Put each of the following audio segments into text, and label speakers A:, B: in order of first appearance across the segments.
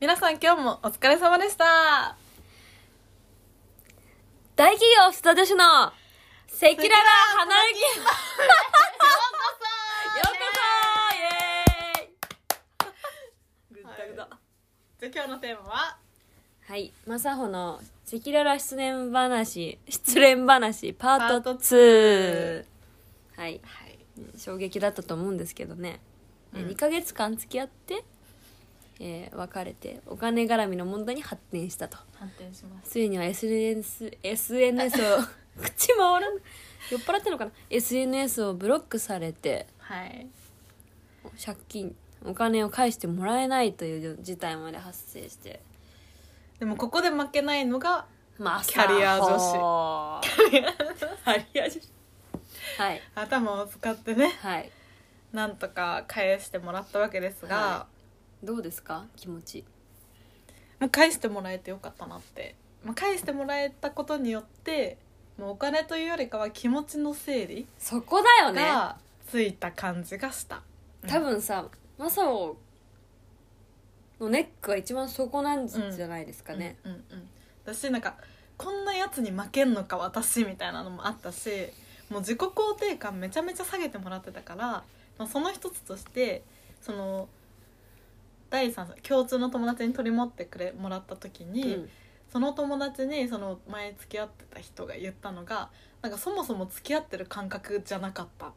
A: 皆さん今日もお疲れ様でした
B: 大企業下女子のセキュララ花行きようこそイエーイぐったぐだ
A: じゃあ今日のテーマは
B: はい、まさほのセキュララ失恋話、失恋話パー
A: パ
B: ト
A: ート
B: 2。はい、
A: はい
B: 衝撃だったと思うんですけどね。え2ヶ月間付き合って、えー別れて、お金絡みの問題に発展したと。
A: 反転します
B: ついには SNS, SNS を口回らない酔っ払ってんのかな SNS をブロックされて
A: はい
B: 借金お金を返してもらえないという事態まで発生して
A: でもここで負けないのが
B: まあ
A: キャリア女 子
B: 子はい
A: 頭を使ってね
B: はい
A: なんとか返してもらったわけですが、
B: はどうですか気持ち
A: もう返してもらえてよかったなって、まあ、返してもらえたことによってもうお金というよりかは気持ちの整理
B: そこだよね
A: がついた感じがした、
B: 多分さマサオのネックは一番そこなんじゃないですかね、
A: うんうんうん私なんかこんなやつに負けんのか私みたいなのもあったしもう自己肯定感めちゃめちゃ下げてもらってたから、まあ、その一つとしてその第三者共通の友達に取り持ってくれもらった時
B: う
A: に、
B: ん
A: その友達にその前付き合ってた人が言ったのがなんかそもそも付き合ってる感覚じゃなかったっ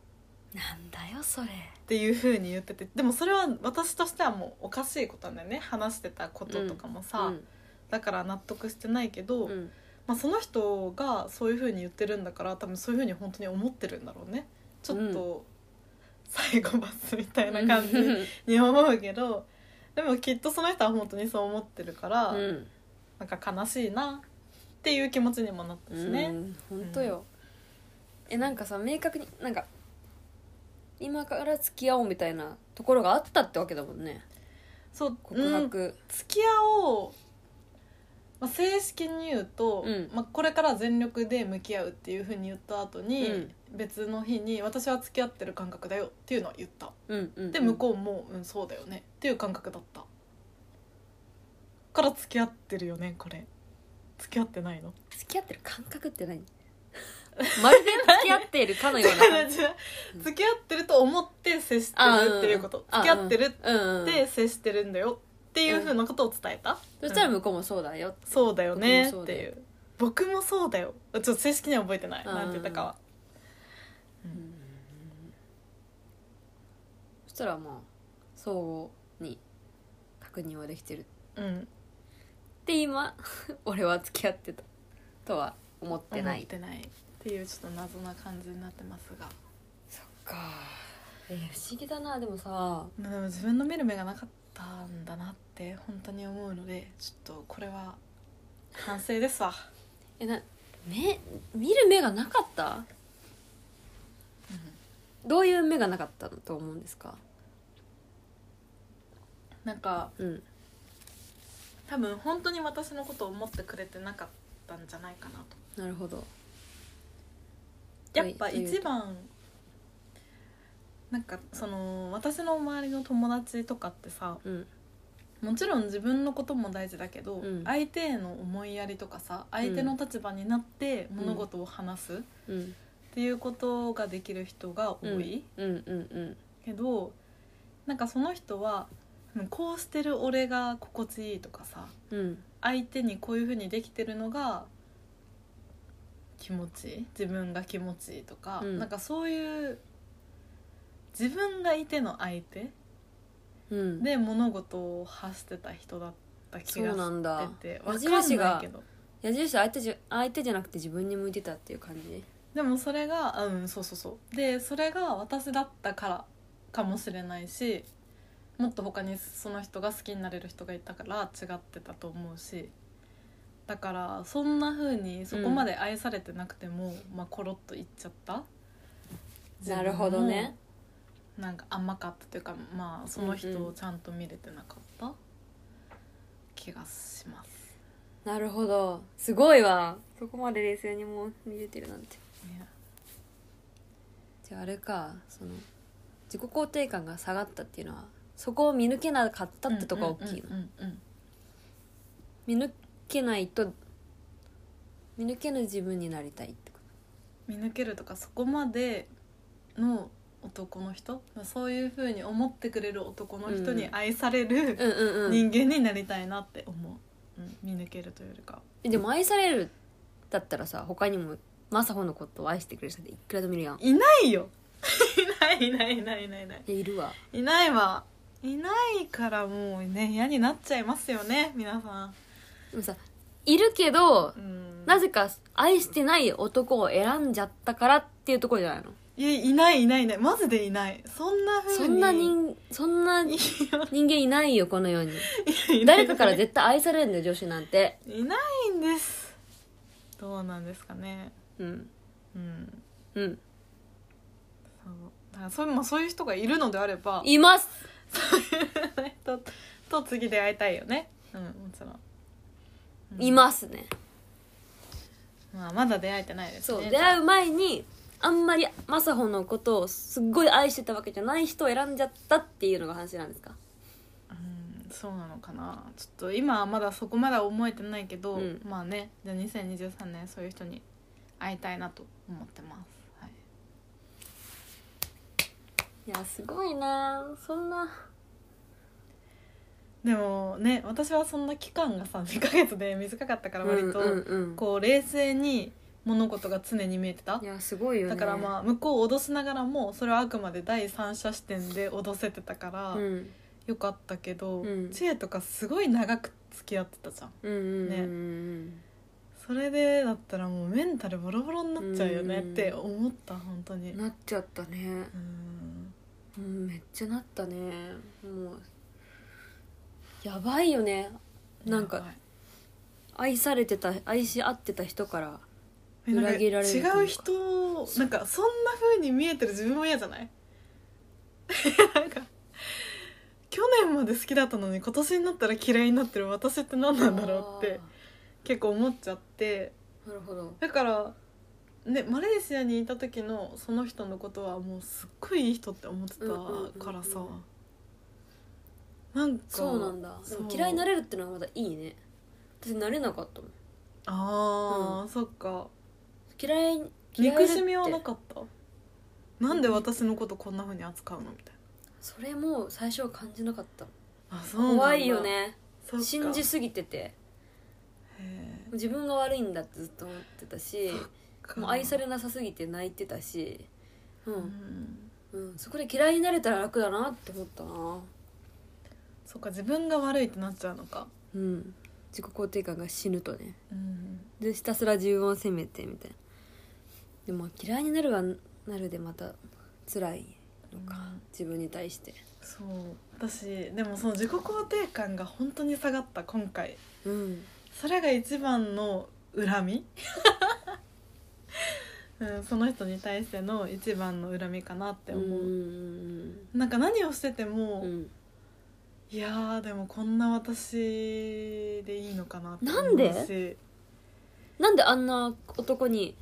B: なんだよそれ
A: ていうふうに言っててでもそれは私としてはもうおかしいことなんだよね話してたこととかもさ、
B: うん
A: だから納得してないけど、
B: うん
A: まあ、その人がそういうふうに言ってるんだから多分そういうふうに本当に思ってるんだろうねちょっとサイコパスみたいな感じ に思うけどでもきっとその人は本当にそう思ってるから、
B: うん
A: なんか悲しいなっていう気持ちにもなったしね。
B: うん本当よ、えなんかさ明確になんか今から付き合おうみたいなところがあったってわけだもんね
A: そう
B: 告白
A: 付き合おう、まあ、正式に言うと、
B: うん
A: まあ、これから全力で向き合うっていうふうに言った後に、
B: うん
A: 別の日に「私は付き合ってる感覚だよ」っていうのは言った
B: うんうん
A: で向こうも「うんそうだよね」っていう感覚だったから付き合ってるよねこれ付き合ってないの
B: うん付き合ってる感覚って何まるで付き合っているかのような
A: 違う 付き合ってると思って接して
B: あ
A: るっていうこと
B: あ
A: 付き合ってるっ
B: うんうん
A: て接してるんだよっていうふうなことを伝えた、
B: そしたら向こうもそうだよ
A: そうだよねっていう僕もそうだよちょっと正式には覚えてない
B: うん
A: なんて言ったかは
B: そしたらまあ相互に確認はできてる
A: うん
B: で今 俺は付き合ってたとは思ってな
A: 思
B: い
A: ってないっていうちょっと謎な感じになってますが
B: そっかえー不思議だなでもさ
A: でも自分の見る目がなかったんだなって本当に思うのでちょっとこれは反省ですわ
B: えな目見る目がなかった、どういう目がなかったのと思うんですか
A: なんか
B: うん
A: 多分本当に私のことを思ってくれてなかったんじゃないかなと
B: なるほど
A: やっぱ
B: という
A: 一番なんかその私の周りの友達とかってさ
B: うん
A: もちろん自分のことも大事だけど、
B: うん
A: 相手への思いやりとかさ相手の立場になって物事を話すっ
B: うん
A: ていうことができる人が多い、
B: うんうん
A: けどなんかその人はうんこうしてる俺が心地いいとかさ
B: うんうん
A: 相手にこういうふうにできてるのが気持ちいい自分が気持ちいいとか、
B: うん
A: なんかそういう自分がいての相手
B: うん
A: で物事を発してた人だった気が
B: そうなん
A: し
B: だ
A: てて
B: 矢
A: わかん
B: 印
A: ない
B: が
A: けど
B: 矢印相手じゃ相手じゃなくて自分に向いてたっていう感じ
A: でもそれがあうんそうそうそうでそれが私だったからかもしれないしもっと他にその人が好きになれる人がいたから違ってたと思うしだからそんな風にそこまで愛されてなくても、まあコロッといっちゃった
B: なるほどね
A: 自分もなんか甘かったというかまあその人をちゃんと見れてなかった気がします、
B: なるほどすごいわそこまで冷静にもう見れてるなんて
A: ね
B: じゃああれかその自己肯定感が下がったっていうのはそこを見抜けなかったってとこが大きいの、
A: うんうんうんうん
B: 見抜けないと見抜けぬ自分になりたいってこ
A: 見抜けるとかそこまでの男の人そういうふうに思ってくれる男の人に
B: うん
A: 愛される
B: と、うんうんう
A: 人
B: ん
A: 間になりたいなって思う、うん、見抜けるというよりか
B: えでも愛されるだったらさ他にも雅穂のことを愛してくれる人っていくらでもいるやん
A: いないよ いないいないいないいない
B: いやいるわ
A: いないわいないからもうね嫌になっちゃいますよね皆さ
B: でもさいるけど
A: ん、うん、
B: なぜか愛してない男を選んじゃったからっていうところじゃないの
A: いやいないいないいないマジでいないそんなふうに
B: そんな人そんない人
A: や
B: 間いないよこの世に
A: いない
B: 誰かから絶対愛されるんだよ女子なんて
A: いないんですどうなんですかね
B: うん
A: うん
B: うん
A: そうだからそうまあそういう人がいるのであれば
B: います
A: そういう人 と次出会いたいよねうんもちろん、うん
B: いますね
A: まあ、まだ出会えてないです
B: そう
A: ね
B: 出会う前にあんまり雅穂のことをすっごい愛してたわけじゃない人を選んじゃったっていうのが話なんですか
A: うんそうなのかなちょっと今はまだそこまでは思えてないけど、
B: うん
A: まあねじゃあ2023年そういう人に会いたいなと思ってます、はい、
B: いやすごいなそんな
A: でもね私はそんな期間がさ2ヶ月で短かったから割と、
B: うんうんうん
A: こう冷静に物事が常に見えてた
B: いやすごいよね
A: だからまあ向こうを脅しながらもそれはあくまで第三者視点で脅せてたから、
B: うん
A: よかったけど、
B: うん
A: 知恵とかすごい長く付き合ってたじゃん
B: うんうんうんうん
A: それでだったらもうメンタルボロボロになっちゃうよねって思った本当に
B: なっちゃったね
A: うん
B: うんめっちゃなったねもうやばいよねなん
A: や
B: か
A: ばい
B: 愛されてた愛し合ってた人から
A: えなんか
B: 裏切られるというか
A: 違う人なんかそんな風に見えてる自分も嫌じゃない なんか去年まで好きだったのに今年になったら嫌いになってる私って何なんだろうって結構思っちゃって
B: あーなるほど
A: だからねマレーシアにいた時のその人のことはもうすっごいいい人って思ってたからさ
B: うんうんうん
A: なんか
B: そうなんだでも
A: そう
B: 嫌いになれるってのはまだいいね私なれなかったもん
A: あー、そっか
B: 嫌い嫌い
A: 憎しみはな
B: って
A: かったなんで私のことこんな風に扱うのみたい
B: それも最初は感じなかった
A: なあそうなんだ
B: 怖いよね
A: そっか
B: 信じ
A: へ
B: すぎてて
A: え
B: 自分が悪いんだってずっと思ってたしもう愛されなさすぎて泣いてたしう、
A: うんん
B: うん、そこで嫌いになれたら楽だなって思ったな
A: そっか自分が悪いってなっちゃうのか
B: うん自己肯定感が死ぬとね
A: うん
B: でひたすら自分を責めてみたいなでも嫌いになるはなるでまた辛いのか、
A: うん
B: 自分に対して
A: そう私でもその自己肯定感が本当に下がった今回
B: うん
A: それが一番の恨み、 うん、その人に対しての一番の恨みかなって思
B: う
A: う、
B: ん
A: なんか何をしてても、
B: うん
A: いやーでもこんな私でいいのかなって思うし
B: なんでなんであんな男に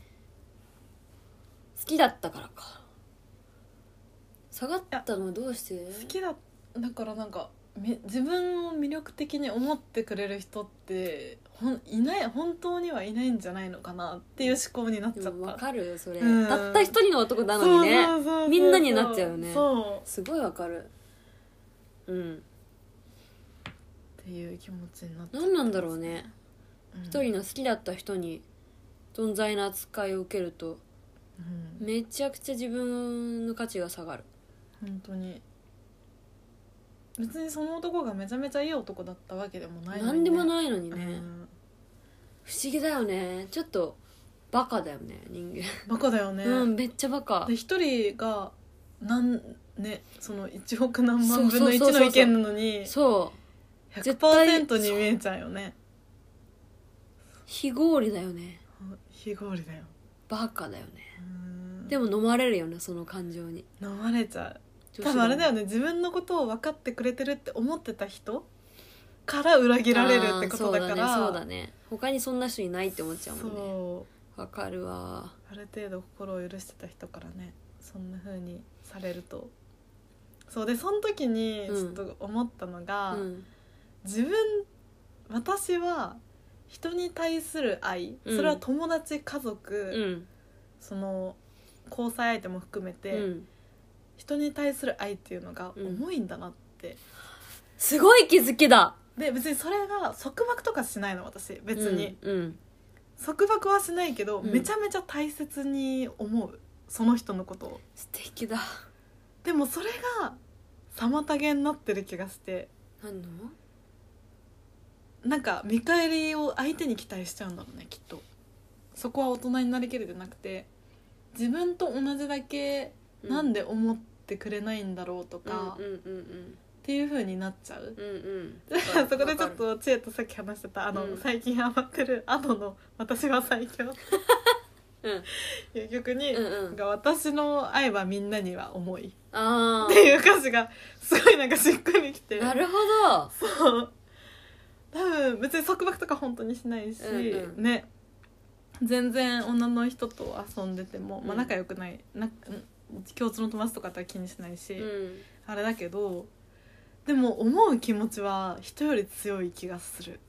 B: 好きだったからか下がったのはどうして
A: 好きだだからなんかめ自分を魅力的に思ってくれる人ってほんいない本当にはいないんじゃないのかなっていう思考になっちゃ
B: で
A: っ
B: もわ
A: た
B: かるよそれ、
A: うん
B: たった一人の男なのにね
A: そうそうそうそう
B: みんなになっちゃうよね
A: そう
B: すごいわかるうん
A: っていう気持ちになっちゃ
B: 何なんだろうね
A: うん
B: 一人の好きだった人に存在な扱いを受けると
A: うん
B: めちゃくちゃ自分の価値が下がる
A: 本当に別にその男がめちゃめちゃいい男だったわけでもない
B: 何でも
A: い
B: ないのに
A: ね
B: ね、
A: うん
B: 不思議だよねちょっとバカだよね人間、
A: バカだよね、
B: うんめっちゃバカ
A: で一人がなんねその1億何
B: そう
A: 万
B: そう
A: 分
B: そ
A: の
B: う
A: 1
B: そう
A: の意見なのに
B: そう絶対
A: 100%に見えちゃうよね
B: 非合理だよね
A: 非合理だよ
B: バカだよね
A: うん
B: でも飲まれるよねその感情に
A: 飲まれちゃう多分あれだよね自分のことを分かってくれてるって思ってた人から裏切られるってことだから
B: あーそうだねそうだね他にそんな人いないって思っちゃうもんね
A: そう
B: わかるわ
A: ある程度心を許してた人からねそんな風にされるとそうでその時にちょっと思ったのが、
B: うん
A: 自分私は人に対する愛
B: うん
A: それは友達家族、
B: うん
A: その交際相手も含め
B: う
A: て、
B: ん
A: 人に対する愛っていうのが
B: うん
A: 重いんだなって、
B: すごい気づきだ
A: で別にそれが束縛とかしないの私別に、
B: うん
A: 束縛はしないけど、
B: うん
A: めちゃめちゃ大切に思うその人のことを
B: 素敵だ
A: でもそれが妨げになってる気がして
B: 何の
A: なんか見返りを相手に期待しちゃうんだろうねきっとそこは大人になりきれてなくて自分と同じだけなん
B: で
A: で思ってくれないんだろうとか、
B: うんうん
A: っていう風になっちゃう
B: うんうんうん
A: だから そこでちょっと知恵とさっき話してたあの、
B: うん
A: 最近ハマってるアドの「私は最強」
B: うん
A: いう曲に、
B: うんうん
A: が私の愛はみんなには重い」
B: あ
A: っ
B: あ
A: て いう歌詞がすごいなんかしっくりきて
B: なるほど
A: そう 多分別に束縛とか本当にしないし、
B: うんう
A: ね全然女の人と遊んでても、ま
B: う
A: あ、
B: ん
A: 仲良くないなうん共通の友達とかとは気にしないし、
B: うん
A: あれだけどでも思う気持ちは人より強い気がする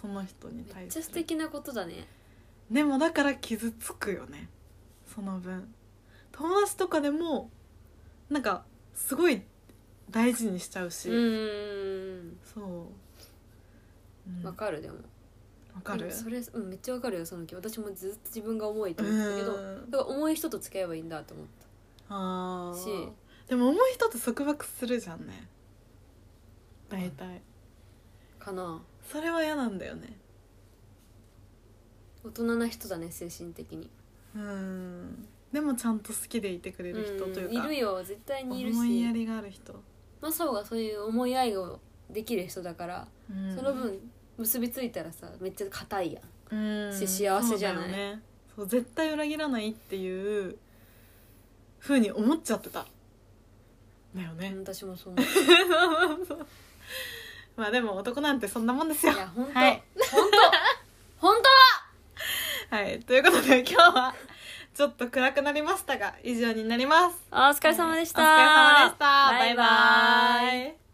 A: その人に
B: めっ
A: 対
B: ちゃ
A: し
B: 素
A: て
B: 敵なことだね
A: でもだから傷つくよねその分友達とかでもなんかすごい大事にしちゃうし、
B: うん
A: そう、うん、
B: わ
A: わ
B: かるでも
A: か
B: で
A: る
B: もそれ、うん、めっちゃわかるよその気私もずっと自分が重いと思ってたけど
A: うん
B: だから重い人と付き合えばいいんだと思った
A: あ
B: し
A: ーでも重い人って束縛するじゃんね大体
B: かな
A: それは嫌なんだよね
B: 大人な人だね精神的に
A: うんでもちゃんと好きでいてくれる人といううん
B: い
A: か、
B: るよ絶対にいる
A: 思いや
B: し
A: りがある人、
B: マサオがそういう思い合いをできる人だから、
A: うん
B: その分結びついたらさめっちゃ硬いや
A: う
B: ん
A: ん
B: し幸せじゃない
A: そうだよねそう絶対裏切らないっていうふうに思っちゃってただよね、
B: 私もそう思う
A: まあでも男なんてそんなもんですよ
B: いや本当
A: はい
B: 本当本
A: はいということで今日はちょっと暗くなりましたが以上になります
B: 当あお疲れ様でした、
A: お疲れ様でした
B: バイバ
A: バイバイ